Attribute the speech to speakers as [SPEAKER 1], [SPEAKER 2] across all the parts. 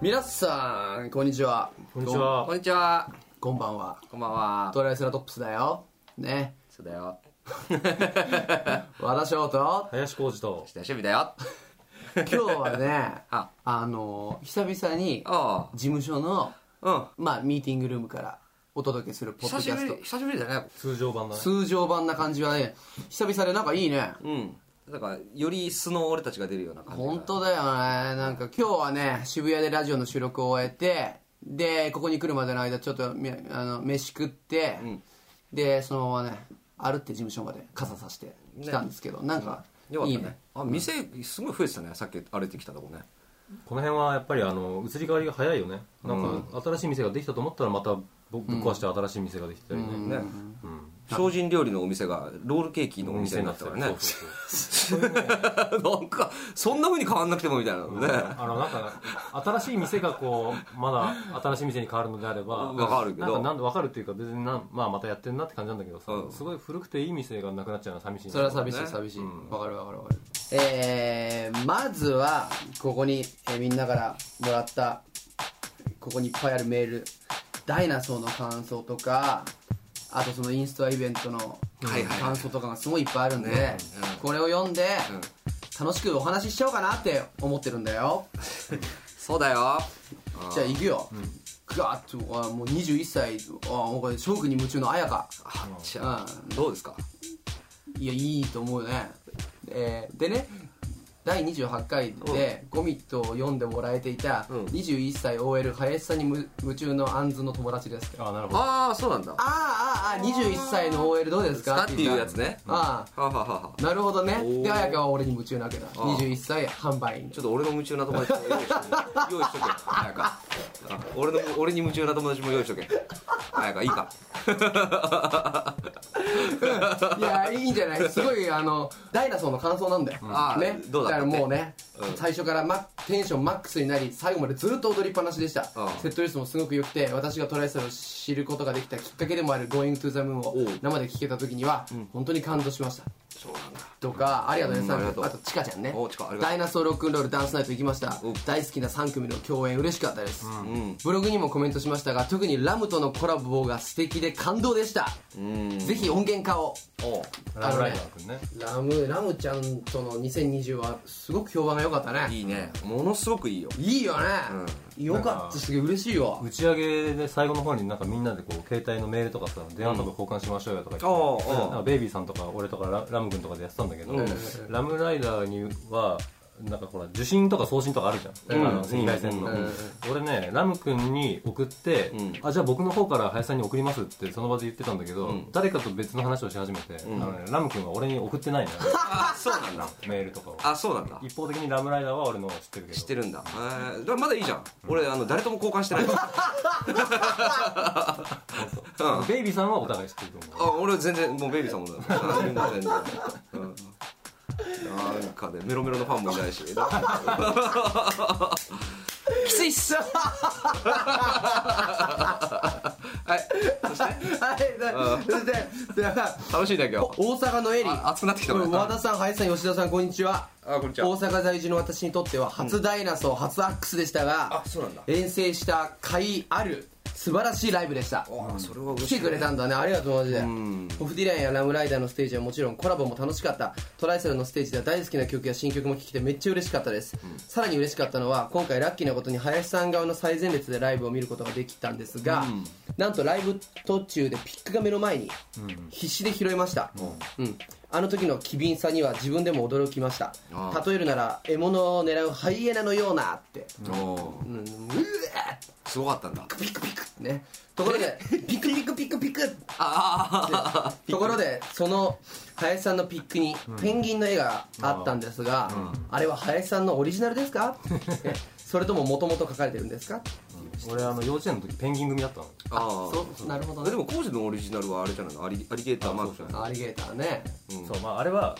[SPEAKER 1] 皆さんこんにちは
[SPEAKER 2] こんにちは
[SPEAKER 3] こんにちは。
[SPEAKER 1] こんばんは
[SPEAKER 3] こんばんは。
[SPEAKER 1] トライセラトップスだよね
[SPEAKER 3] そうだよ。
[SPEAKER 1] 和田翔と
[SPEAKER 2] 林浩二と
[SPEAKER 3] 下趣味だよ。
[SPEAKER 1] 今日はね
[SPEAKER 3] あ
[SPEAKER 1] あの久々に
[SPEAKER 3] あ
[SPEAKER 1] 事務所の
[SPEAKER 3] あ。
[SPEAKER 1] まあミーティングルームからお届けする
[SPEAKER 3] うん。
[SPEAKER 1] ポッ
[SPEAKER 3] 久
[SPEAKER 1] ドキ
[SPEAKER 3] し
[SPEAKER 1] ャ
[SPEAKER 3] ぶ
[SPEAKER 1] ス
[SPEAKER 3] り、
[SPEAKER 1] ト
[SPEAKER 3] 久しぶりだね。
[SPEAKER 2] 通常版だね
[SPEAKER 1] 通常版な感じはね久々でなんかいいね
[SPEAKER 3] うん。だから、より素の俺たちが出るような感じ。
[SPEAKER 1] 本当だよねなんか今日はね渋谷でラジオの収録を終えてでここに来るまでの間ちょっとみあの飯食って、でそのままね歩って事務所まで傘さして来たんですけど、なんか
[SPEAKER 3] よかっ
[SPEAKER 1] い
[SPEAKER 3] た
[SPEAKER 1] い
[SPEAKER 3] ね。
[SPEAKER 1] ね
[SPEAKER 3] あ、店、すごい増えてたね。さっき歩いてきたとこね。
[SPEAKER 2] この辺はやっぱりあの移り変わりが早いよねなんか新しい店ができたと思ったらまたぶぶっ壊して新しい店ができたりね、
[SPEAKER 3] ね。精進料理のお店がロールケーキのお店になったからね
[SPEAKER 2] そう。そうそう
[SPEAKER 3] なんか、そんな風に変わんなくてもみたいなのね。
[SPEAKER 2] あのなんか新しい店がこうまだ新しい店に変わるのであれば
[SPEAKER 3] わかるけど
[SPEAKER 2] なんかなんでわかるっていうか別になん、まあ、またやってんなって感じなんだけどさ、
[SPEAKER 3] うん
[SPEAKER 2] すごい古くていい店がなくなっちゃうのは寂しいね
[SPEAKER 1] それは寂し
[SPEAKER 3] ね
[SPEAKER 1] い寂しいわ、かるわかるわかるえー、まずはここに、えーみんなからもらったここにいっぱいあるメールダイナソーの感想とかあとそのインストアイベントの
[SPEAKER 3] はいはい
[SPEAKER 1] 感想とかがすごいいっぱいあるんで、
[SPEAKER 3] ねうん
[SPEAKER 1] これを読んで、
[SPEAKER 3] うん
[SPEAKER 1] 楽しくお話ししちゃおうかなって思ってるんだよ
[SPEAKER 3] そうだよ。
[SPEAKER 1] じゃあ行くよ、ガーッとあもう21歳あもうこれ翔くんに夢中の綾香
[SPEAKER 3] あじゃあ
[SPEAKER 1] うん
[SPEAKER 3] どうですか
[SPEAKER 1] いやいいと思うよね、えーでね第28回でゴミットを読んでもらえていた
[SPEAKER 3] うん
[SPEAKER 1] 21歳 OL 林さんにむ夢中のアンズの友達です
[SPEAKER 2] あなるほど
[SPEAKER 3] ああ、そうなんだ。
[SPEAKER 1] あーあーあー21歳の OL どうですか
[SPEAKER 3] 使っていうやつね。
[SPEAKER 1] あ
[SPEAKER 3] はははは
[SPEAKER 1] あなるほどね
[SPEAKER 3] おー
[SPEAKER 1] で彩香は俺に夢中なわけだ21歳販売員
[SPEAKER 3] ちょっと俺の夢中な友達も用意しと け。用意しとけ。早か。あ俺の俺に夢中な友達も用意しとけ。早かいいか。
[SPEAKER 1] いやいいんじゃないすごいあのダイナソーの感想なんだよ、
[SPEAKER 3] あー
[SPEAKER 1] ね
[SPEAKER 3] どうだった
[SPEAKER 1] からもうね、
[SPEAKER 3] うん
[SPEAKER 1] 最初からマテンションマックスになり最後までずっと踊りっぱなしでした、
[SPEAKER 3] うん
[SPEAKER 1] セットリストもすごく良くて私がトライセルを知ることができたきっかけでもある「Going to the Moon」
[SPEAKER 3] お
[SPEAKER 1] を
[SPEAKER 3] う
[SPEAKER 1] 生で聴けた時には、本当に感動しました
[SPEAKER 3] そうなんだ。
[SPEAKER 1] とか、ありがとうね、
[SPEAKER 3] うんあり
[SPEAKER 1] さ
[SPEAKER 3] が
[SPEAKER 1] ん
[SPEAKER 3] とう
[SPEAKER 1] あと、チカちゃんね
[SPEAKER 3] おチカあり。がとう
[SPEAKER 1] ダイナソーロックンロールダンスナイト行きました
[SPEAKER 3] うん。
[SPEAKER 1] 大好きな3組の共演嬉しかったです。
[SPEAKER 3] うん。
[SPEAKER 1] ブログにもコメントしましたが、特にラムとのコラボが素敵で感動でした。
[SPEAKER 3] うん。
[SPEAKER 1] ぜひ音源化を。
[SPEAKER 3] おう
[SPEAKER 2] ラブライダー君ね
[SPEAKER 1] ラム、ラムちゃんとの2020はすごく評判が良かったね。
[SPEAKER 3] いいね。ものすごくいいよ。
[SPEAKER 1] いいよね。良かったし、すげえ嬉しいよ。
[SPEAKER 2] 打ち上げで最後の方になんかみんなでこう携帯のメールとかさ電話とか交換しましょうよとか言って、
[SPEAKER 3] うん
[SPEAKER 2] なんかベイビーさんとか俺とかララム君とかでやってたんだけど、ラムライダーにはなんかほら受信とか送信とかあるじゃん、あの赤外線の、俺ねラム君に送って、あじゃあ僕の方から林さんに送りますってその場で言ってたんだけど、誰かと別の話をし始めて、あのね、ラム君は俺に送ってないのよ
[SPEAKER 3] あそうなんだ。
[SPEAKER 2] メールとかを
[SPEAKER 3] あそうなんだ。
[SPEAKER 2] 一方的にラムライダーは俺のを知ってるけど
[SPEAKER 3] 知ってるんだ。えーだからまだいいじゃん。俺あの誰とも交換 してない。
[SPEAKER 2] ベイビーさんはお互い知ってると思う
[SPEAKER 3] あ俺全然もうベイビーさんもだ。あみんな全然。うんなんかね、メロメロのファンもいないし。 きついっ す。はい。そして
[SPEAKER 1] はい、だそして、だから
[SPEAKER 3] 楽しいね今日。
[SPEAKER 1] 大阪のエリー
[SPEAKER 3] あ熱くなってきた
[SPEAKER 1] こ
[SPEAKER 3] な
[SPEAKER 1] れ和田さん、林さん、吉田さん、こんにちは。
[SPEAKER 3] あこんにちは
[SPEAKER 1] 大阪在住の私にとっては、初ダイナソー、初アックスでしたが、
[SPEAKER 3] あそうなんだ
[SPEAKER 1] 遠征した甲斐ある、素晴らしいライブでした。
[SPEAKER 3] あそれは嬉
[SPEAKER 1] 来
[SPEAKER 3] しい
[SPEAKER 1] てくれたんだね、ありがとう、マジで。オフディランやラムライダーのステージはもちろん、コラボも楽しかった。トライセルのステージでは大好きな曲や新曲も聴けてめっちゃ嬉しかったです。さらに嬉しかったのは、今回ラッキーなことに林さん側の最前列でライブを見ることができたんですが、なんとライブ途中でピックが目の前に、必死で拾いました。うんあの時の機敏さには自分でも驚きました
[SPEAKER 3] ああ
[SPEAKER 1] 例えるなら獲物を狙うハイエナのようなって、
[SPEAKER 3] おー
[SPEAKER 1] うん、うえ
[SPEAKER 3] すごかったんだ
[SPEAKER 1] ピクピクねところで ピクピクピクピク
[SPEAKER 3] ああ
[SPEAKER 1] ところでその林さんのピックにペンギンの絵があったんですが、あれは林さんのオリジナルですかえそれとももともと書かれてるんですか
[SPEAKER 2] 俺あの幼稚園の時ペンギン組だったの
[SPEAKER 3] ああ
[SPEAKER 1] そうなるほど
[SPEAKER 3] で
[SPEAKER 1] ね
[SPEAKER 3] もコージのオリジナルはあれじゃないのアリアリゲーターマークじゃない
[SPEAKER 1] アリゲーターね
[SPEAKER 2] そうまああれは、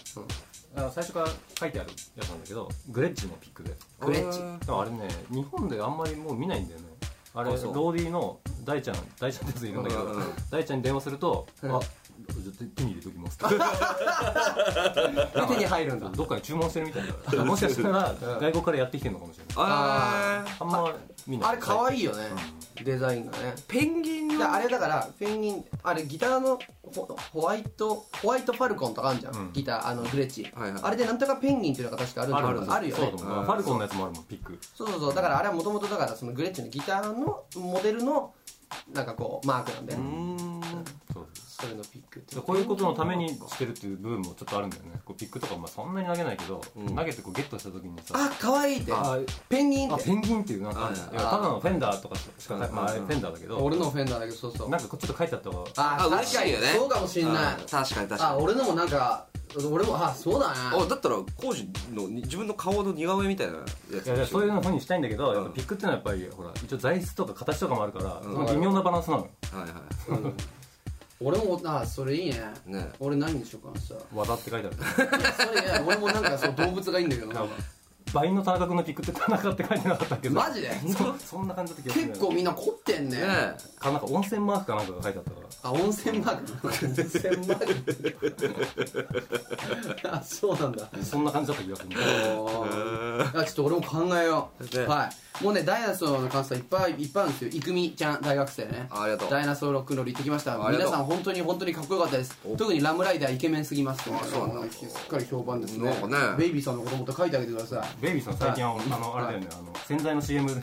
[SPEAKER 2] あの最初から書いてあるやつなんだけどグレッチのピックで
[SPEAKER 1] グレッチ
[SPEAKER 3] あ
[SPEAKER 2] でもあれね日本であんまりもう見ないんだよねあれ
[SPEAKER 3] あ
[SPEAKER 2] ロ
[SPEAKER 3] そう
[SPEAKER 2] ーディの大ちゃん大ちゃんってやついるんだけど
[SPEAKER 3] うんうんうん
[SPEAKER 2] 大ちゃんに電話すると「あじゃあ手に入れときますって
[SPEAKER 1] 手に入るんだ
[SPEAKER 2] どっかに注文してるみたいなもしかしたら外国からやってきてるのかもしれない
[SPEAKER 3] あー
[SPEAKER 2] あんま見ない
[SPEAKER 1] あれ可愛いよね、デザインがね
[SPEAKER 3] ペンギン
[SPEAKER 1] であれだからペンギンあれギターのホホワイトホワイトファルコンとかあるじゃん、
[SPEAKER 2] うん
[SPEAKER 1] ギターあのグレッチ、
[SPEAKER 3] はいはい
[SPEAKER 1] あれでなんとかペンギンっていうのが確かあるんだ
[SPEAKER 2] あ
[SPEAKER 1] け
[SPEAKER 2] る
[SPEAKER 1] ど
[SPEAKER 2] ん
[SPEAKER 1] あるよ
[SPEAKER 2] そう
[SPEAKER 1] ね
[SPEAKER 2] だと思うファルコンのやつもあるもんピック
[SPEAKER 1] そうそうそうだからあれはもともとだからそのグレッチのギターのモデルのなんかこうマークなんだよ、
[SPEAKER 3] うーん
[SPEAKER 2] そう
[SPEAKER 1] それのピックって
[SPEAKER 2] でこういうことのためにしてるっていう部分もちょっとあるんだよねこうピックとかまあそんなに投げないけど、
[SPEAKER 3] うん
[SPEAKER 2] 投げてこうゲットした時にさ
[SPEAKER 1] あ可愛いって
[SPEAKER 2] あ
[SPEAKER 1] ペンギン
[SPEAKER 2] あ
[SPEAKER 1] って
[SPEAKER 2] ペンギンっていうなんかあるじゃん
[SPEAKER 3] あ
[SPEAKER 2] いやただのフェンダーとかしかない、まあ、あれ
[SPEAKER 3] う
[SPEAKER 2] フ
[SPEAKER 3] ん
[SPEAKER 2] ェンダーだけど
[SPEAKER 1] 俺のフェンダーだけどそうそう
[SPEAKER 2] なんかこうちょっと書いてあった方が
[SPEAKER 1] あ
[SPEAKER 3] あ
[SPEAKER 1] 確か
[SPEAKER 3] 嬉
[SPEAKER 1] に
[SPEAKER 3] しいよね
[SPEAKER 1] そうかもしんない
[SPEAKER 3] あー確かに確
[SPEAKER 1] あ
[SPEAKER 3] かに
[SPEAKER 1] 俺のもなんか俺もあそうだ
[SPEAKER 3] あ
[SPEAKER 1] ね
[SPEAKER 3] だったらコウジのに自分の顔の似顔絵みたいなやつ
[SPEAKER 2] いやいやそういうのにしたいんだけど、
[SPEAKER 3] ん
[SPEAKER 2] やっぱピックってのはやっぱりほら一応材質とか形とかもあるから、
[SPEAKER 3] うん
[SPEAKER 2] その微妙なバランスなのよ
[SPEAKER 3] はいは
[SPEAKER 1] うん俺もあそれいいね
[SPEAKER 3] いね
[SPEAKER 1] 俺何にしようかなさ
[SPEAKER 2] 技って書いてある
[SPEAKER 1] それいや俺もなんかそう動物がいいんだけどな
[SPEAKER 2] なんか倍の田中君のピックって田中って書いてなかったっけど
[SPEAKER 1] マジで
[SPEAKER 2] そそんな感じだった気がする
[SPEAKER 1] 結構みんな凝ってんね
[SPEAKER 3] ねえ
[SPEAKER 2] かなんか温泉マークかなんかが書いてあったから
[SPEAKER 1] あ温泉マーク温泉マーク あそうなんだ
[SPEAKER 2] そんな感じだった気がする
[SPEAKER 1] おーあちょっと俺も考えよう、
[SPEAKER 3] ね
[SPEAKER 1] はいもうねダイナソーの感想いっぱいいっぱいあるんですよイクミちゃん大学生ね
[SPEAKER 3] ありがとう
[SPEAKER 1] ダイナソーロックノリ行ってきました
[SPEAKER 3] あり
[SPEAKER 1] 皆
[SPEAKER 3] がとう
[SPEAKER 1] さん本当に本当にかっこよかったです特にラムライダーイケメンすぎますあそうなんすっかり評判ですね
[SPEAKER 3] なんかね
[SPEAKER 1] ベイビーさんのこともっと書いてあげてください
[SPEAKER 2] ベイビーさん最近はあのあれだよねあの洗剤の CM で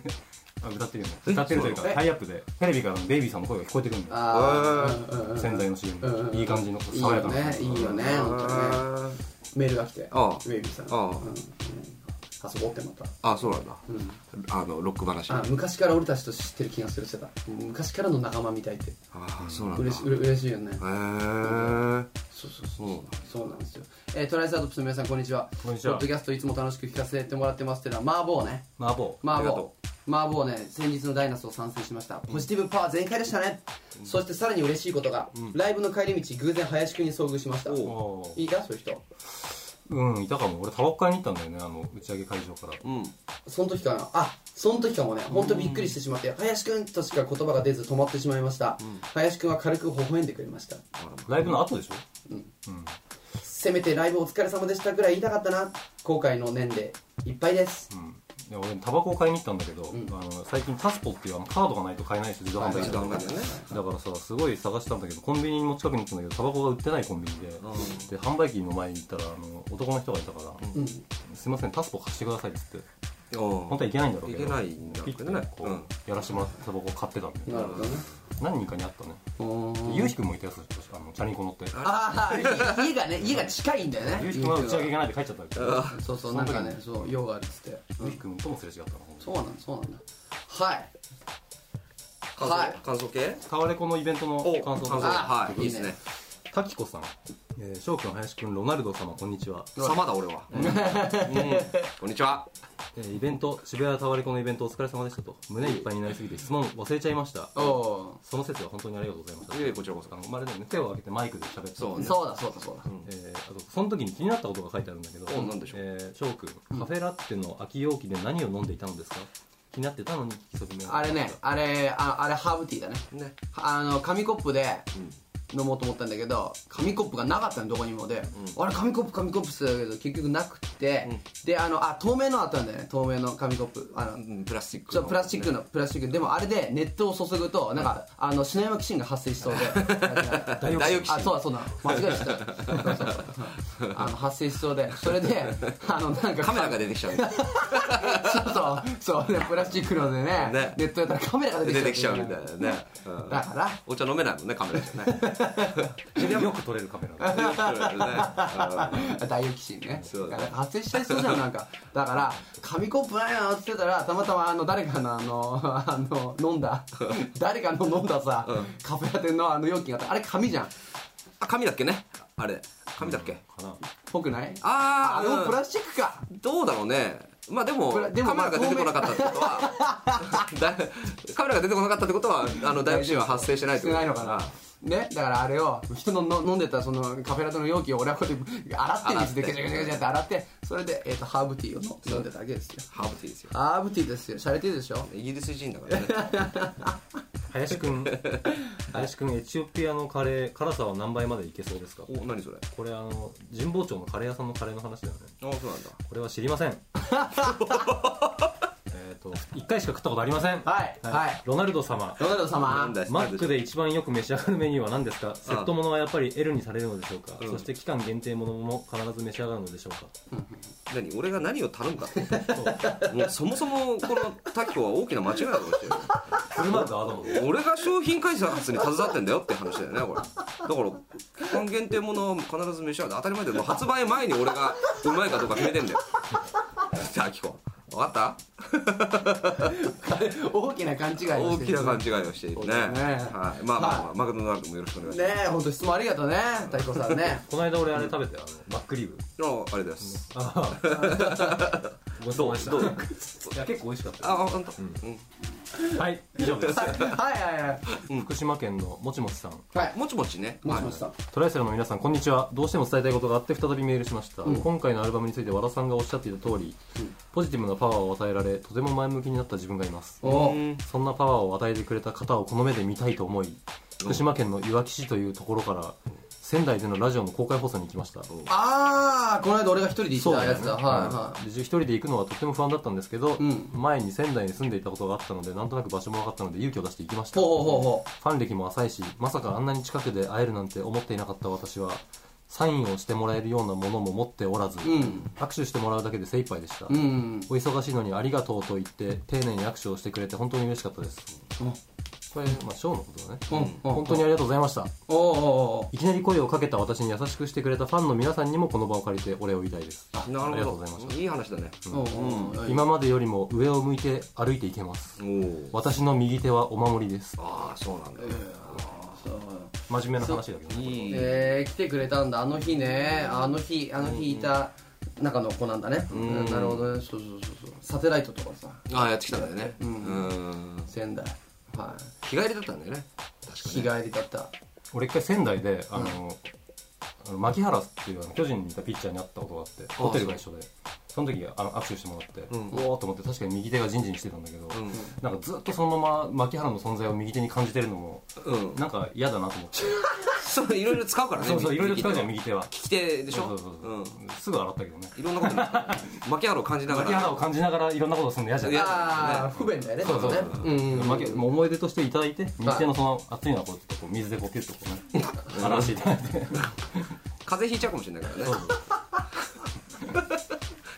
[SPEAKER 2] あ歌ってるよね歌ってるというか
[SPEAKER 1] え
[SPEAKER 2] タイアップでテレビからのベイビーさんの声が聞こえてくるんだよ
[SPEAKER 1] あーうんうんうん
[SPEAKER 2] 洗剤の CM
[SPEAKER 1] うんうん
[SPEAKER 2] いい感じの
[SPEAKER 1] いいよ
[SPEAKER 2] 爽やかな
[SPEAKER 1] ねいいよね本当にね
[SPEAKER 3] あ
[SPEAKER 1] メールが来て
[SPEAKER 3] あ
[SPEAKER 1] ベイビーさん
[SPEAKER 3] あ
[SPEAKER 1] うんうん遊ぼうってまた
[SPEAKER 3] あそうなんだ
[SPEAKER 1] うん
[SPEAKER 3] あのロック話
[SPEAKER 1] あ
[SPEAKER 3] あ
[SPEAKER 1] 昔から俺たちと知ってる気がするしてた昔からの仲間みたいって
[SPEAKER 3] あそうなんだ
[SPEAKER 1] 嬉しうれ嬉しいよね
[SPEAKER 3] へー
[SPEAKER 1] そうそうそう
[SPEAKER 3] そうなんだ
[SPEAKER 1] そうなんですよ、えー、トライサートプスの皆さんこんにちは
[SPEAKER 2] こんにちは
[SPEAKER 1] ポッドキャストいつも楽しく聞かせてもらってますっていうのは麻婆ね
[SPEAKER 2] 麻婆
[SPEAKER 1] 麻
[SPEAKER 3] ありが
[SPEAKER 1] 婆
[SPEAKER 3] と
[SPEAKER 1] 麻婆ね先日のダイナソー参戦しましたポジティブパワー全開でしたね、そしてさらに嬉しいことが、ライブの帰り道偶然林くんに遭遇しました
[SPEAKER 3] お
[SPEAKER 2] おー
[SPEAKER 1] いたそういう人
[SPEAKER 2] うんいたかも俺タバコ買いに行ったんだよねあの打ち上げ会場から
[SPEAKER 3] うん
[SPEAKER 1] その時かなあその時かもね本当びっくりしてしまって林くんとしか言葉が出ず止まってしまいました、林くんは軽く微笑んでくれました
[SPEAKER 2] ライブの後でしょ
[SPEAKER 1] せめてライブお疲れ様でしたくらい言いたかったな後悔の念でいっぱいです
[SPEAKER 2] うんで俺タバコを買いに行ったんだけど、あの最近タスポっていうあのカードがないと買えないし自動販売機
[SPEAKER 3] 時
[SPEAKER 2] だ
[SPEAKER 3] 間
[SPEAKER 2] か
[SPEAKER 3] がね
[SPEAKER 2] らさすごい探したんだけどコンビニも近くに行ったんだけどタバコが売ってないコンビニで、で販売機の前に行ったらあの男の人がいたから、
[SPEAKER 1] うん
[SPEAKER 2] すいませんタスポ貸してくださいっつって
[SPEAKER 3] うん
[SPEAKER 2] 本当はいけないんだろうけど
[SPEAKER 3] いけないんだ
[SPEAKER 2] ピ
[SPEAKER 3] け
[SPEAKER 2] ッて
[SPEAKER 3] どね
[SPEAKER 2] こう、やらしてもらってタバコを買ってたんで
[SPEAKER 1] なるほどね
[SPEAKER 2] 何人かにあったねでゆうひくんもいたやつだったしあのチャリンコ乗って
[SPEAKER 1] ああ家がね家が近いんだよね
[SPEAKER 2] ゆうひくんは打ち上げ行かないで帰っちゃったけど
[SPEAKER 1] そうそうなんかねそう用があるっつって
[SPEAKER 2] ゆうひくんともすれ違ったの
[SPEAKER 1] そうなんだそうなんだはい
[SPEAKER 3] 感想
[SPEAKER 1] はい
[SPEAKER 3] 感想系
[SPEAKER 2] タワレコのイベントの
[SPEAKER 3] お
[SPEAKER 2] 感想
[SPEAKER 3] 感想
[SPEAKER 2] です
[SPEAKER 1] あ
[SPEAKER 3] はいいいです
[SPEAKER 1] いい
[SPEAKER 3] ね
[SPEAKER 1] ね
[SPEAKER 2] タキコさんえー翔くん林くんロナルド様こんに ちは
[SPEAKER 3] 様だ俺はうんこんにちは
[SPEAKER 2] えーイベント渋谷タワレコのイベントお疲れ様でしたと胸いっぱいになりすぎて質問忘れちゃいました
[SPEAKER 1] おお
[SPEAKER 2] その説は本当にありがとうございました
[SPEAKER 3] いえいえこちらこそ
[SPEAKER 2] あのまるでね手を挙げてマイクで喋って
[SPEAKER 3] そう
[SPEAKER 1] ー
[SPEAKER 3] ね
[SPEAKER 1] そうだそうだそうだ
[SPEAKER 2] えーあとその時に気になったことが書いてあるんだけど
[SPEAKER 3] おなんでしょう
[SPEAKER 2] えー翔くんカフェラッテの空き容器で何を飲んでいたのですか気になってたのに聞きそびれなか
[SPEAKER 1] あ
[SPEAKER 2] った
[SPEAKER 1] れねあれああれハーブティーだね
[SPEAKER 3] ね
[SPEAKER 1] あの紙コップで飲もうと思ったんだけど紙コップがなかったのどこにもで、あれ紙コップ紙コップって言ってたけど結局なくて、であのあ透明のあったんだよね透明の紙コップあの、
[SPEAKER 3] うんプラスチック
[SPEAKER 1] そ
[SPEAKER 3] の
[SPEAKER 1] うプラスチックのプラスチックでもあれで熱湯を注ぐとなんかあのシナヤマキシンが発生しそうで
[SPEAKER 3] ダイオキシンダイオキシン
[SPEAKER 1] あそうだそうだ間違えてたそうそうそうあの発生しそうでそれであのなんか
[SPEAKER 3] カメラが出てきちゃう
[SPEAKER 1] そうそうそうでプラスチックのでね
[SPEAKER 3] ね
[SPEAKER 1] 熱湯やったらカメラが出て
[SPEAKER 3] 出て
[SPEAKER 1] き
[SPEAKER 3] き
[SPEAKER 1] ち
[SPEAKER 3] ち
[SPEAKER 1] ゃ
[SPEAKER 3] ゃ
[SPEAKER 1] う
[SPEAKER 3] うみたいなねうん
[SPEAKER 1] だから
[SPEAKER 3] お茶飲めないもんねカメラじゃね
[SPEAKER 2] よく撮れるカメラで
[SPEAKER 3] ね
[SPEAKER 1] ダイオキシンね
[SPEAKER 3] そうだね
[SPEAKER 1] 発生しちゃいそうじゃんなんかだから紙コップないなって言ってたらたまたまあの誰かのあのあの飲ん だ誰かの飲んださ、カフェラテのあの容器があったあれ紙じゃん
[SPEAKER 3] あ紙だっけねあれ紙だっけ
[SPEAKER 2] かな
[SPEAKER 1] ぽくない
[SPEAKER 3] あー
[SPEAKER 1] あれもプ
[SPEAKER 3] うん
[SPEAKER 1] ラスチックか
[SPEAKER 3] どうだろうねまあでも
[SPEAKER 1] プラでも
[SPEAKER 3] カメラが出てこなかったってことはだカメラが出てこなかったってことはあの大学生は発生してないっ
[SPEAKER 1] してて
[SPEAKER 3] こと
[SPEAKER 1] ないのかなね、だからあれを人のの飲んでたそのカフェラテの容器を俺はこうやって洗って水でガチャガチャガチャって洗ってそれで、えー、とハーブティーを飲んでただけですよ
[SPEAKER 3] ハーブティーですよ
[SPEAKER 1] ハーブティーですよシャレティーでしょ
[SPEAKER 3] イギリス人だからね
[SPEAKER 2] 林くん、 林くん、エチオピアのカレー、辛さは何倍までいけそうですか
[SPEAKER 3] お、何それあ
[SPEAKER 2] これあの、神保町のカレー屋さんのカレーの話だよね。
[SPEAKER 3] そうなんだ。
[SPEAKER 2] これは知りま せん。えっと、一回しか食ったことありません。
[SPEAKER 1] はいはい
[SPEAKER 2] ロナルド様。
[SPEAKER 1] ロナルド様
[SPEAKER 3] なんだ
[SPEAKER 2] マックで一番よく召し上がるメニューは何ですかセットものはやっぱり L にされるのでしょうか、
[SPEAKER 3] うん
[SPEAKER 2] そして期間限定ものも必ず召し上がるのでしょうか
[SPEAKER 3] 何俺が何を頼むかってこともうそもそもこのタキコは大きな間違いだとしてる
[SPEAKER 2] フルマークアドモン
[SPEAKER 3] 俺が商品開発に携わってんだよって話だよねこれだから期間限定ものは必ず召し上がる当たり前だよもう発売前に俺がうまいかどうか決めてんだよタキコ分かった
[SPEAKER 1] 大きな勘違いをしてる
[SPEAKER 3] 大きな勘違いをしているね
[SPEAKER 1] そうですね
[SPEAKER 3] はい、まあまあ、まあ、マクドナルドもよろしくお願いしま
[SPEAKER 1] ねえ本当質問ありがとうね太鼓さんね
[SPEAKER 2] この間俺あれ食べたよあのマックリブ
[SPEAKER 3] す、あああれです、
[SPEAKER 2] ああごちそうさまでしたいや結構美味しかった
[SPEAKER 3] ああ本当、うん
[SPEAKER 2] よはい以上です
[SPEAKER 1] はいはいはい
[SPEAKER 2] 福島県のもちもちさん
[SPEAKER 1] はい
[SPEAKER 3] もちもちね
[SPEAKER 1] もしもしさん
[SPEAKER 2] トライセラの皆さんこんにちはどうしても伝えたいことがあって再びメールしました、今回のアルバムについて和田さんがおっしゃっていた通り、ポジティブなパワーを与えられとても前向きになった自分がいます
[SPEAKER 1] お
[SPEAKER 3] うん
[SPEAKER 2] そんなパワーを与えてくれた方をこの目で見たいと思い福島県のいわき市というところから仙台でのラジオの公開放送に行きました
[SPEAKER 1] ああこの間俺が一人で行ったやつだはいは
[SPEAKER 2] で一人で行くのはとても不安だったんですけど、
[SPEAKER 1] ん
[SPEAKER 2] 前に仙台に住んでいたことがあったのでなんとなく場所も分かったので勇気を出して行きまし
[SPEAKER 1] い
[SPEAKER 2] た
[SPEAKER 1] ほうほうほうほ
[SPEAKER 2] ファン歴も浅いしまさかあんなに近くで会えるなんて思っていなかった私はサインをしてもらえるようなものも持っておらず、
[SPEAKER 1] ん
[SPEAKER 2] 握手してもらうだけで精一杯でした、
[SPEAKER 1] ううん
[SPEAKER 2] お忙しいのにありがとうと言って丁寧に握手をしてくれて本当に嬉しかったです
[SPEAKER 1] うん
[SPEAKER 2] これまあショーのことだね
[SPEAKER 1] うんうん
[SPEAKER 2] 本当にありがとうございました
[SPEAKER 1] おおおお
[SPEAKER 2] いきなり声をかけた私に優しくしてくれたファンの皆さんにもこの場を借りてお礼を言いたいですあ
[SPEAKER 3] な
[SPEAKER 2] り
[SPEAKER 3] る
[SPEAKER 2] がとう
[SPEAKER 3] ほ
[SPEAKER 2] ございまし
[SPEAKER 3] どいい話だね、
[SPEAKER 1] おお
[SPEAKER 2] た今までよりも上を向いて歩いていけます
[SPEAKER 3] おお
[SPEAKER 2] 私の右手はお守りです
[SPEAKER 3] ああそうなんだ、
[SPEAKER 2] 真面目な話だけどね
[SPEAKER 3] いい
[SPEAKER 1] えー、来てくれたんだあの日ねあの日あの日いた中の子なんだねうんなるほどねそうそうそうそうサテライトとかさ
[SPEAKER 3] ああやってきたんだよねうん
[SPEAKER 1] 仙台は
[SPEAKER 3] 日帰りだったんだよね
[SPEAKER 1] い日帰りだった
[SPEAKER 2] 俺一回仙台であの、あの牧原っていうあの巨人にいたピッチャーに会ったことがあってホテルが一緒でその時あの握手してもらって、おおと思って確かに右手がジンジンしてたんだけど、なんかずっとそのまま牧原の存在を右手に感じてるのも
[SPEAKER 3] うん
[SPEAKER 2] なんか嫌だなと思って
[SPEAKER 3] そういろいろ使うからね
[SPEAKER 2] そうそういろいろ使うじゃん
[SPEAKER 3] 利
[SPEAKER 2] 右手は
[SPEAKER 3] き手でしょ
[SPEAKER 2] そうそうそう、
[SPEAKER 3] ん
[SPEAKER 2] すぐ洗ったけどね
[SPEAKER 3] いろんな ことに負けあろを感じなが
[SPEAKER 2] 牧原
[SPEAKER 3] ら
[SPEAKER 2] を感じながらいろんなことするの嫌じゃん
[SPEAKER 3] 嫌
[SPEAKER 1] ああ不便だよね
[SPEAKER 2] そうそう
[SPEAKER 1] ね
[SPEAKER 2] そう、負けもう思い出としていただいて日手のその熱いのはこうちょっとこう水でこうピュッとこうね洗わせていただいて
[SPEAKER 3] 風邪ひいちゃうかもしれないからね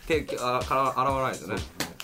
[SPEAKER 3] 手あから洗わないとね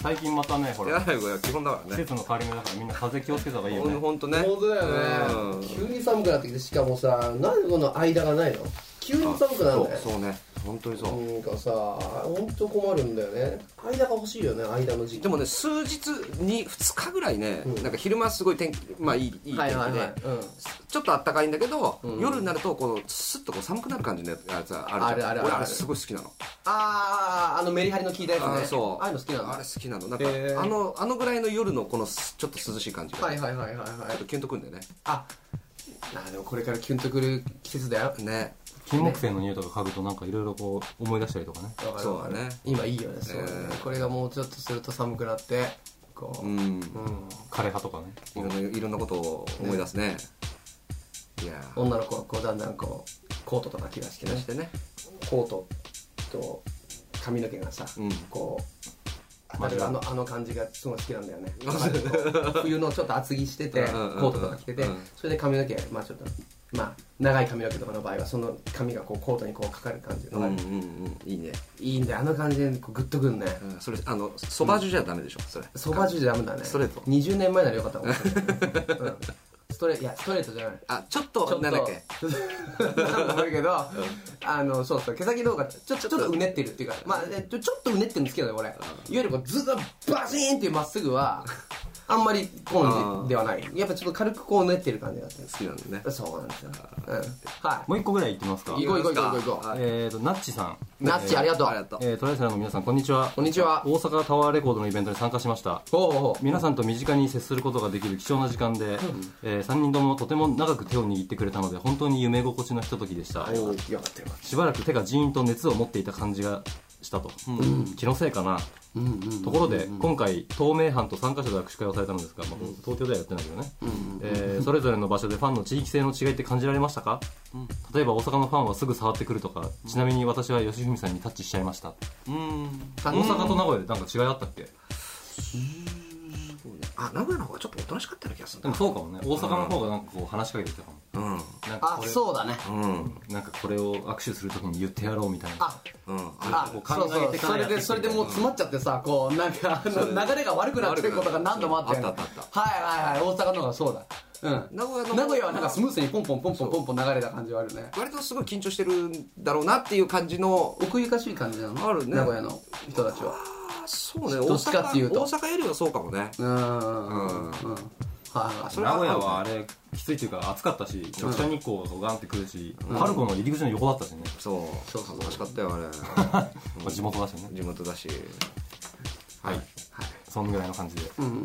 [SPEAKER 2] 最近またねほ
[SPEAKER 3] 手
[SPEAKER 2] ら
[SPEAKER 3] 洗いは基本だか
[SPEAKER 2] 季
[SPEAKER 3] らね
[SPEAKER 2] 節の変わり目だからみんな風邪気をつけた方がいいよね
[SPEAKER 3] 本当ね
[SPEAKER 1] 本当だよね急に寒くなってきてしかもさなんでこの間がないの急に寒くなるんだよ
[SPEAKER 3] そうそうね本当にそう
[SPEAKER 1] なんかさ本当困るんだよね間が欲しいよね間の時期
[SPEAKER 3] でもね数日に2日ぐらいねなんか昼間すごい天気まあいいいい天気で
[SPEAKER 1] うん
[SPEAKER 3] ちょっと暖かいんだけど夜になるとこうスッとこう寒くなる感じのやつあるじゃん
[SPEAKER 1] あるあるある
[SPEAKER 3] 俺あれすごい好きなの
[SPEAKER 1] あああのメリハリの効いたやつね
[SPEAKER 3] あーそう
[SPEAKER 1] ああいうの好きなんだ
[SPEAKER 3] あれ
[SPEAKER 1] は
[SPEAKER 3] 好きなのなんか、
[SPEAKER 1] へー
[SPEAKER 3] あのあのぐらいの夜のこのすちょっと涼しい感じが、
[SPEAKER 1] いはいはいはいは
[SPEAKER 3] ちょ
[SPEAKER 1] い
[SPEAKER 3] っとキュンとくんだよね
[SPEAKER 1] ああでもこれからキュンとくる季節だよ
[SPEAKER 3] ね
[SPEAKER 2] 金木犀の匂いとか嗅ぐとなんかいろいろこう思い出したりとかね
[SPEAKER 1] わかる
[SPEAKER 3] そうだね
[SPEAKER 1] 今いいよねそうだね
[SPEAKER 3] えー
[SPEAKER 1] これがもうちょっとすると寒くなってこう、
[SPEAKER 3] うん
[SPEAKER 2] 枯葉とかね
[SPEAKER 3] いろんないろんなことを思い出すねいやー
[SPEAKER 1] 女の子はこうだんだんこうコートとか着だして
[SPEAKER 3] 気が
[SPEAKER 1] ね
[SPEAKER 3] してね
[SPEAKER 1] コートと髪の毛がさ、
[SPEAKER 3] うん
[SPEAKER 1] こう
[SPEAKER 2] マジだ
[SPEAKER 1] あのあの感じがすごい好きなんだよねこう冬のちょっと厚着しててコ
[SPEAKER 3] うんうん
[SPEAKER 1] ートとか着てて
[SPEAKER 3] うん
[SPEAKER 1] それで髪の毛まあちょっとまあ長い髪の毛とかの場合はその髪がこうコートにこうかかる感じ
[SPEAKER 3] うん
[SPEAKER 1] の
[SPEAKER 3] う
[SPEAKER 1] が
[SPEAKER 3] んうんいいね、
[SPEAKER 1] いいんだよあの感じでこうグッとくるね
[SPEAKER 3] うん、それあのそば湯じゃダメでしょそれ
[SPEAKER 1] そば中じゃダメだね
[SPEAKER 3] ストレート
[SPEAKER 1] 20年前ならよかったもん、うんストレいやストレートじゃない
[SPEAKER 3] あちょっ
[SPEAKER 1] ちょ
[SPEAKER 3] と
[SPEAKER 1] っと
[SPEAKER 3] なんだっけ
[SPEAKER 1] なんだけど、あのそうそう毛先の方がちょちょっとうねってるっていうかまあえちょちょっとうねってるんですけどね俺いわゆるこうずっとバシーンっていうまっすぐはあんまりコーンではないやっぱちょっと軽くこううねってる感じがあって
[SPEAKER 3] 好きなんだね
[SPEAKER 1] そうなんですよ、うん、は
[SPEAKER 2] もう一個ぐらい行ってみますか
[SPEAKER 1] い行こう行こう行こう行こ
[SPEAKER 3] はいう
[SPEAKER 2] えーとナッチさん
[SPEAKER 1] うナッチありがとう
[SPEAKER 3] ありがとう
[SPEAKER 2] えートライセラの皆さんこんにちは
[SPEAKER 1] こんにちは
[SPEAKER 2] 大阪タワーレコードのイベントに参加しました
[SPEAKER 1] ほうほうほう
[SPEAKER 2] 皆さんと身近に接することができる貴重な時間で、え3人ともとても長く手を握ってくれたので本当に夢心地のひとときでした
[SPEAKER 1] よかったよかった
[SPEAKER 2] しばらく手がジーンと熱を持っていた感じがしたと、気のせいかな
[SPEAKER 1] うんうん
[SPEAKER 2] ところで、今回、東名阪と3カ所で握手会をされたのですが、まあ、東京ではやってないけどね、えーそれぞれの場所でファンの地域性の違いって感じられましたか、例えば大阪のファンはすぐ触ってくるとか、ちなみに私は吉文さんにタッチしちゃいました、
[SPEAKER 3] うん
[SPEAKER 2] 大阪と名古屋でなんか違いあったっけ
[SPEAKER 3] あ名古屋の方がちょっとおとなしかったような気がする
[SPEAKER 2] でもそうかもね、大阪の方がなんかこう話しかけてきたかも。
[SPEAKER 3] うん
[SPEAKER 2] なんか
[SPEAKER 1] あ
[SPEAKER 2] これ
[SPEAKER 1] そうだね
[SPEAKER 2] うん、なんかこれを握手するときに言ってやろうみたいな。
[SPEAKER 1] あ
[SPEAKER 3] うんあ
[SPEAKER 1] あ
[SPEAKER 2] こう考
[SPEAKER 1] そうそ
[SPEAKER 2] え
[SPEAKER 1] う
[SPEAKER 2] て
[SPEAKER 1] そ
[SPEAKER 2] から
[SPEAKER 1] れ
[SPEAKER 2] やっ
[SPEAKER 1] で
[SPEAKER 2] てみたいな
[SPEAKER 1] それでもう詰まっちゃってさこうなんかあの流れが悪くなってることが何度もあったよね
[SPEAKER 3] あったあったあっ
[SPEAKER 1] はいはいはい大阪の方がそうだうん
[SPEAKER 3] 名古屋の方が
[SPEAKER 1] 名古屋はなんかスムーズにポンポンポンポンポンポン流れた感じはあるね
[SPEAKER 3] 割とすごい緊張してるんだろうなっていう感じの
[SPEAKER 1] 奥ゆかしい感じなの
[SPEAKER 3] あるね
[SPEAKER 1] 名古屋の人たちは
[SPEAKER 3] あそうね
[SPEAKER 1] どっちかっていうと
[SPEAKER 3] 大阪大阪よりはそうかもね
[SPEAKER 1] うーんうんうんはい
[SPEAKER 3] それ
[SPEAKER 2] 名
[SPEAKER 3] は
[SPEAKER 2] 古屋はあれ、きついというか暑かったし、直射日光がガンってくるし、パルコの入り口の横だったしね。
[SPEAKER 3] そう
[SPEAKER 1] そうそう
[SPEAKER 3] 恥ずかしかったよあ
[SPEAKER 2] まあ地元だしね
[SPEAKER 3] れ。地元だし
[SPEAKER 2] はい。そんぐらいの感じで。
[SPEAKER 1] うんうんうん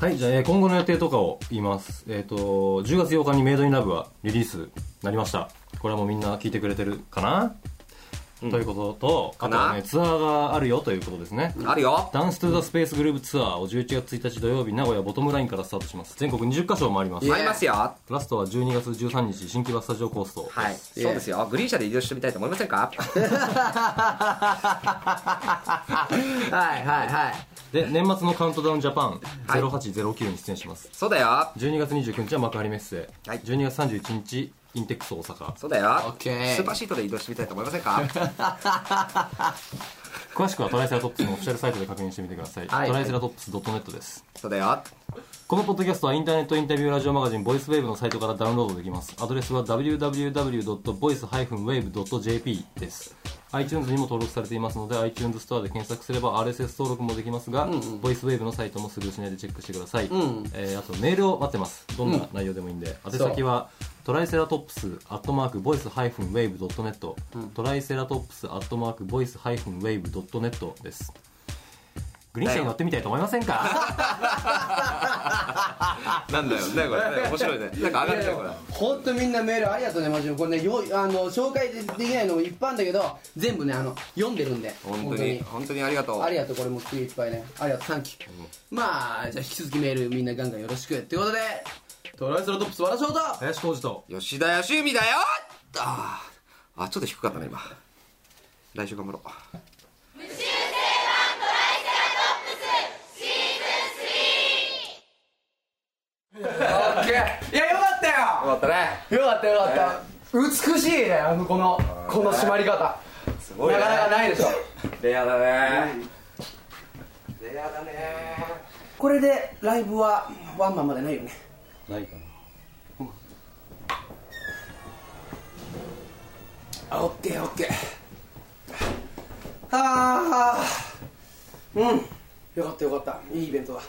[SPEAKER 2] はい、じゃあ、えー今後の予定とかを言います。えっ、と、10月8日にメイドインラブはリリースになりました。これはもうみんな聞いてくれてるかな、ということと、あ
[SPEAKER 3] か
[SPEAKER 2] と
[SPEAKER 3] な
[SPEAKER 2] はね、ツアーがあるよということですね。
[SPEAKER 3] あるよ
[SPEAKER 2] ダンス・トゥ・ザ・スペースグループツアーを11月1日土曜日名古屋ボトムラインからスタートします全国20カ所を回ります
[SPEAKER 1] イエ
[SPEAKER 3] 参りますよは
[SPEAKER 2] ラストは12月13日新木場スタジオコースト
[SPEAKER 3] いそうですよグリーン車で移動してみたいと思いません か
[SPEAKER 1] はいはいはい
[SPEAKER 2] で年末のカウントダウンジャパン0809に出演します、
[SPEAKER 3] そうだよ
[SPEAKER 2] 12月29日は幕張メッセ、
[SPEAKER 3] はい
[SPEAKER 2] 12月31日インテックス大阪
[SPEAKER 3] そうだよ
[SPEAKER 1] オッケー
[SPEAKER 3] スーパーシートで移動してみたいと思いませんか
[SPEAKER 2] 詳しくはトライセラトップスのオフィシャルサイトで確認してみてください、
[SPEAKER 1] はい
[SPEAKER 2] トライセラトップス .net です
[SPEAKER 3] そうだよ
[SPEAKER 2] このポッドキャストはインターネットインタビューラジオマガジンボイスウェーブのサイトからダウンロードできますアドレスは www.voice-wave.jp です iTunes にも登録されていますので iTunes ストアで検索すれば RSS 登録もできますが、ボイスウェーブのサイトもスルーしないでチェックしてください、えーあとメールを待ってますどんな内容でもいいんで、宛先はトライセラトップスアットマークボイスハイフンウェーブドットネットトライセラトップスアットマークボイスハイフンウェーブドットネットですグリーン車に乗ってみたいと思いませんか
[SPEAKER 3] なんだよねこれね面白いねなんか上がっちゃうから
[SPEAKER 1] 本当みんなメールありがとうねマジでこれねようあの紹介できないのもいっぱいあるんだけど全部ねあの読んでるんで
[SPEAKER 3] 本当に本当にありがとう
[SPEAKER 1] ありがとうこれも次いっぱいねありがとうサンキュー、まあじゃあ引き続きメールみんなガンガンよろしくってことでトライセラトップスわらしょうと
[SPEAKER 2] 林浩二と
[SPEAKER 3] 吉田義美だよあーあちょっと低かったね今来週頑張ろう
[SPEAKER 1] オッケーいやよかったよ
[SPEAKER 3] 頑張ったね
[SPEAKER 1] よかったよかった、美しいねあのこのこの締まり方
[SPEAKER 3] すごいね
[SPEAKER 1] なかなかないでしょ
[SPEAKER 3] レアだね
[SPEAKER 1] レアだねこれでライブはワンマンまでないよね
[SPEAKER 2] ないかな
[SPEAKER 1] あオッケーオッケーああうんよかったよかったいいイベントだ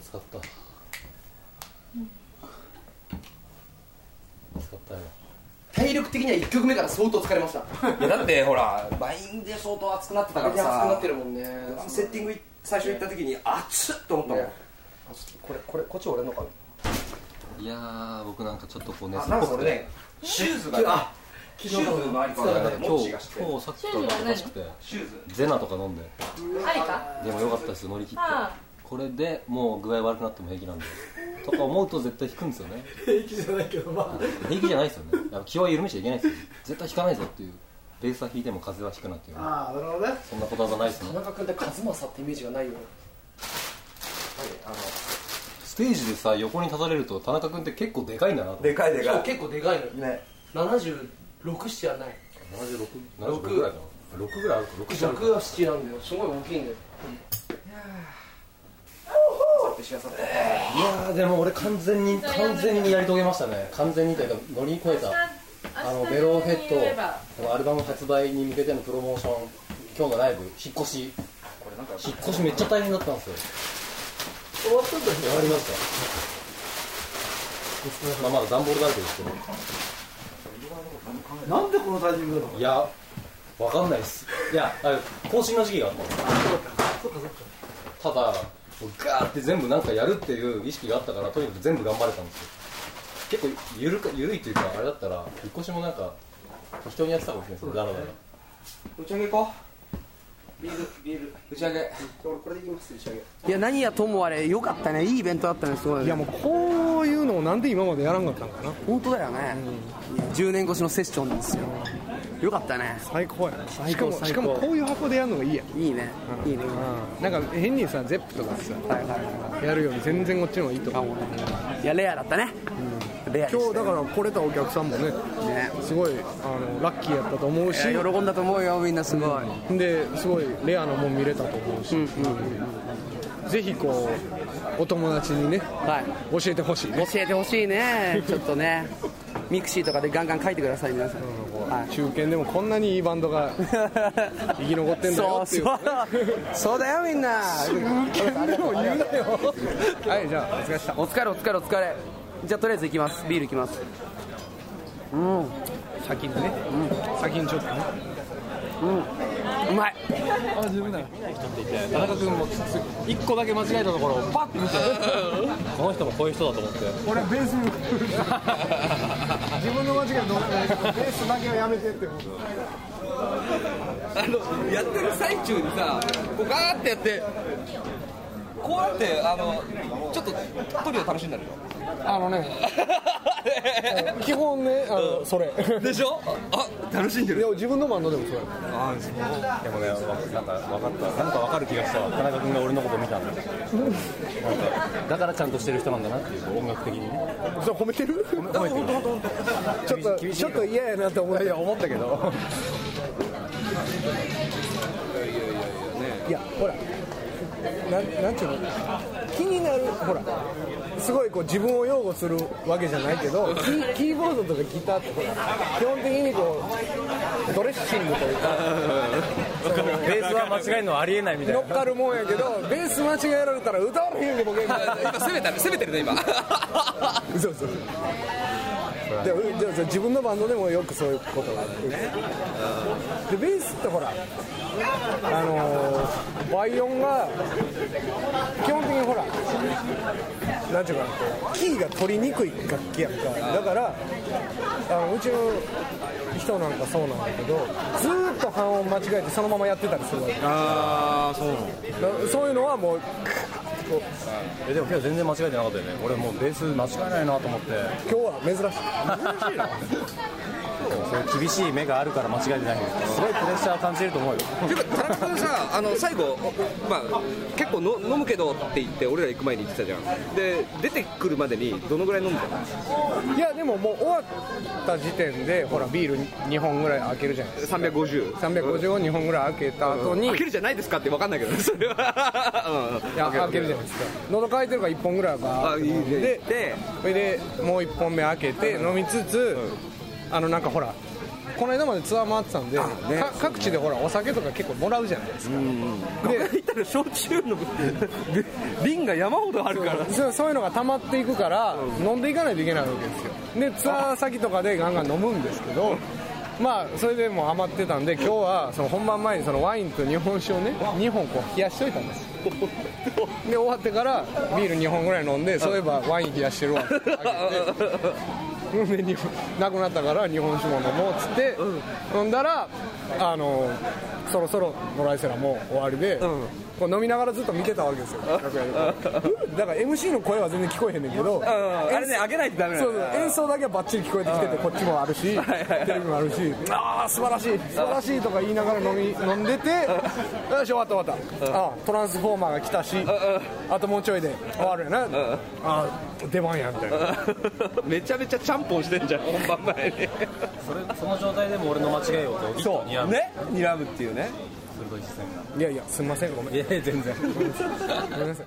[SPEAKER 2] 使った、使ったよ
[SPEAKER 1] 体力的には1曲目から相当疲れました
[SPEAKER 3] いやだってほら満員で相当熱くなってたから
[SPEAKER 1] いや
[SPEAKER 3] さ
[SPEAKER 1] 熱くなってるもんね
[SPEAKER 3] セッティングい最初行った時に熱っと思ったもん、
[SPEAKER 1] ねあちょっとこれこれこっち俺のか
[SPEAKER 2] いやー僕なんかちょっとこうね
[SPEAKER 3] あなんかそれねシューズがね
[SPEAKER 1] あ
[SPEAKER 3] シューズの周りか
[SPEAKER 2] な
[SPEAKER 3] ら
[SPEAKER 2] んか
[SPEAKER 3] ね
[SPEAKER 2] 今
[SPEAKER 3] モッ
[SPEAKER 2] 日
[SPEAKER 3] チーがして
[SPEAKER 2] 今日さっきから難しくて
[SPEAKER 3] シューズ
[SPEAKER 2] ゼナとか飲んで
[SPEAKER 4] ありか
[SPEAKER 2] でも良かったですよ乗り切って
[SPEAKER 4] あ
[SPEAKER 2] これでもう具合悪くなっても平気なんでとか思うと絶対引くんですよね平気じゃないけどまあ平気じゃないですよねやっぱ気は緩めちゃいけないですよ絶対引かないぞっていうベースは弾いても風邪は引くなっていう
[SPEAKER 1] ああなるほどね
[SPEAKER 2] そんなことわざないですね
[SPEAKER 1] 田中君って和正ってイメージがないよね
[SPEAKER 2] ステージでさ横に立たれると田中君って結構でかいんだなと
[SPEAKER 3] でかいで
[SPEAKER 1] 今
[SPEAKER 3] か
[SPEAKER 1] 日結構でかいのよ
[SPEAKER 3] いね
[SPEAKER 1] 767はない
[SPEAKER 2] 76 76ぐらいかな6ぐらいあるか6じゃん
[SPEAKER 1] 67なんだよすごい大きいんだよ
[SPEAKER 2] いやーでも俺完全に完全にやり遂げましたね完全にというか乗り越えたあのベローヘッドのアルバム発売に向けてのプロモーション今日のライブ引っ越し引っ越しめっちゃ大変だったんですよ
[SPEAKER 1] 終わったんだよ
[SPEAKER 2] 終わりましたまあまだ段ボールだらけですけど
[SPEAKER 5] なんでこのタイミングなの
[SPEAKER 2] いやわかんないですいやあ更新の時期があったただもうガーって全部なんかやるっていう意識があったからとにかく全部頑張れたんですよ結構ゆるかゆるいというかあれだったら引っ越しもなんか人にやってたかもしれないですだろだろ
[SPEAKER 4] 打ち上げ行こうビールビール打ち上げ俺これでいきます打ち上げ
[SPEAKER 1] いや何やともあれ良かったねいいイベントだったねすごい
[SPEAKER 5] いやもうこういうのをなんで今までやらんかったんかな
[SPEAKER 1] 本当だよね、いや10年越しのセッションですよよかったね
[SPEAKER 5] 最高やなしかも
[SPEAKER 1] 最高
[SPEAKER 5] しかもこういう箱でやるのがいいやん
[SPEAKER 1] いいね、いいね
[SPEAKER 5] なんか変にさゼップとかさ
[SPEAKER 1] はいは
[SPEAKER 5] やるより全然こっちの方がいいと思う
[SPEAKER 1] いいやレアだったね、レアで
[SPEAKER 5] 今
[SPEAKER 1] し
[SPEAKER 5] 日だから来れたお客さんもね
[SPEAKER 1] たね
[SPEAKER 5] すごいあのラッキーやったと思うし
[SPEAKER 1] いや喜んだと思うよみんなすごい、
[SPEAKER 5] ですごいレアなもん見れたと思うし、ぜひこうお友達にね
[SPEAKER 1] はい
[SPEAKER 5] 教えてほしいね
[SPEAKER 1] 教えてほしいねちょっとねミクシーとかでガンガン書いてください皆さん、はい
[SPEAKER 5] 中堅でもこんなにいいバンドが生き残ってん だ
[SPEAKER 1] そ
[SPEAKER 5] よ
[SPEAKER 1] う
[SPEAKER 5] ってい
[SPEAKER 1] そううそうだよみんな
[SPEAKER 5] はいじゃあお疲れ様
[SPEAKER 1] お疲れお疲れお疲れじゃあとりあえず行きますビール行きますうんう
[SPEAKER 5] 先にね、先にちょっとね
[SPEAKER 1] まい
[SPEAKER 2] 田中君も一個だけ間違えたところをパッて見てこの人もこういう人だと思って
[SPEAKER 5] 俺ベース 自分の間違いどうかないけどベースだけはやめてって思う
[SPEAKER 4] あのやってる最中にさこうガーってやってこうやってあのちょっとトリオ楽しんだるよ
[SPEAKER 5] あのね基本ねあの、それ
[SPEAKER 4] でしょあ楽しんで
[SPEAKER 5] いや自分のバンドでもそうや
[SPEAKER 2] でもね、わなんか分かった、なんか分かる気がしたわ、田中君が俺のこと見たんだ、なんか、だからちゃんとしてる人なんだなっていう、音楽的にね、
[SPEAKER 5] それ褒めてる
[SPEAKER 2] 褒めてる
[SPEAKER 5] ちょっとちょっと嫌やなと思っていや思ったけどいやほらなんなんちゅうの気になるほらすごいこう自分を擁護するわけじゃないけどキーキーボードとかギターってほら基本的にこうドレッシングというか
[SPEAKER 2] ベースは間違えるのはありえないみたい
[SPEAKER 5] 乗っかるもんやけ どベース間違えられたら歌われへんでボケみたいな
[SPEAKER 4] 今攻めたね攻めてるね 今
[SPEAKER 5] そうそうでもでもそう自分のバンドでもよくそういうことがあってでベースってほらあのー倍音が基本的にほらなんていうかなこうキーが取りにくい楽器やんかだからあのうちの人なんかそうなんだけどずーっと半音間違えてそのままやってたりするわけ
[SPEAKER 3] ああそう
[SPEAKER 5] だそういうのはもう
[SPEAKER 2] な、でも今日全然間違えてなかったよね、俺もうベース間違えないなと思って、
[SPEAKER 5] 今日は珍しい
[SPEAKER 2] そういう厳しい目があるから間違えてないんですすごいプレッシャー感じると思うよ、
[SPEAKER 4] ていうか田中君さあの最後、まあ、結構の飲むけどって言って俺ら行く前に言ってたじゃんで出てくるまでにどのぐらい飲んだの
[SPEAKER 5] いやでももう終わった時点でほらビール2本ぐらい開けるじゃないですか
[SPEAKER 4] 350
[SPEAKER 5] 350を2本ぐらい開けた後に、
[SPEAKER 4] 開けるじゃないですかって分かんないけどねそれは、うん
[SPEAKER 5] いや開けるじゃないですか喉乾いてるから1本ぐらい
[SPEAKER 4] あ
[SPEAKER 5] が
[SPEAKER 4] いいね
[SPEAKER 5] で
[SPEAKER 4] で
[SPEAKER 5] それでもう1本目開けて飲みつつ、あのなんかほらこの間までツアー回ってたんで、か各地でほらお酒とか結構もらうじゃないですか、で
[SPEAKER 4] 行ったら焼酎の瓶が山ほどあるから
[SPEAKER 5] そうそういうのが溜まっていくから、飲んでいかないといけないわけですよでツアー先とかでガンガン飲むんですけどまあそれでもうハマってたんで今日はその本番前にそのワインと日本酒をね2本こう冷やしといたんですで終わってからビール2本ぐらい飲んでそういえばワイン冷やしてるわってあげてで日本なくなったから日本酒も飲もうっつって飲んだらあのそろそろ「ノライセラ」も終わりで、こう飲みながらずっと見てたわけですよ楽 屋でだから MC の声は全然聞こえへんねんけど
[SPEAKER 4] あれね上げないとダメな
[SPEAKER 5] そう
[SPEAKER 4] の
[SPEAKER 5] そう演奏だけはバッチリ聞こえてきててこっちもあるしテレビもあるしああ素晴らしい素晴らしいとか言いながら飲み飲んでてよし終わった終わったあートランスフォーマーが来たしあともうちょいで終わるやなああー出番やみたいな
[SPEAKER 4] めちゃめちゃちゃんぽんしてんじゃん本番前に
[SPEAKER 2] それその状態でも俺の間違いをこう、一
[SPEAKER 4] そ
[SPEAKER 2] 歩
[SPEAKER 4] う
[SPEAKER 2] にやる、
[SPEAKER 4] ね睨むっていうね
[SPEAKER 2] 鋭い視線が、
[SPEAKER 5] いやいやすみませんごめん
[SPEAKER 2] いやいや、全然。
[SPEAKER 5] ごめんなさい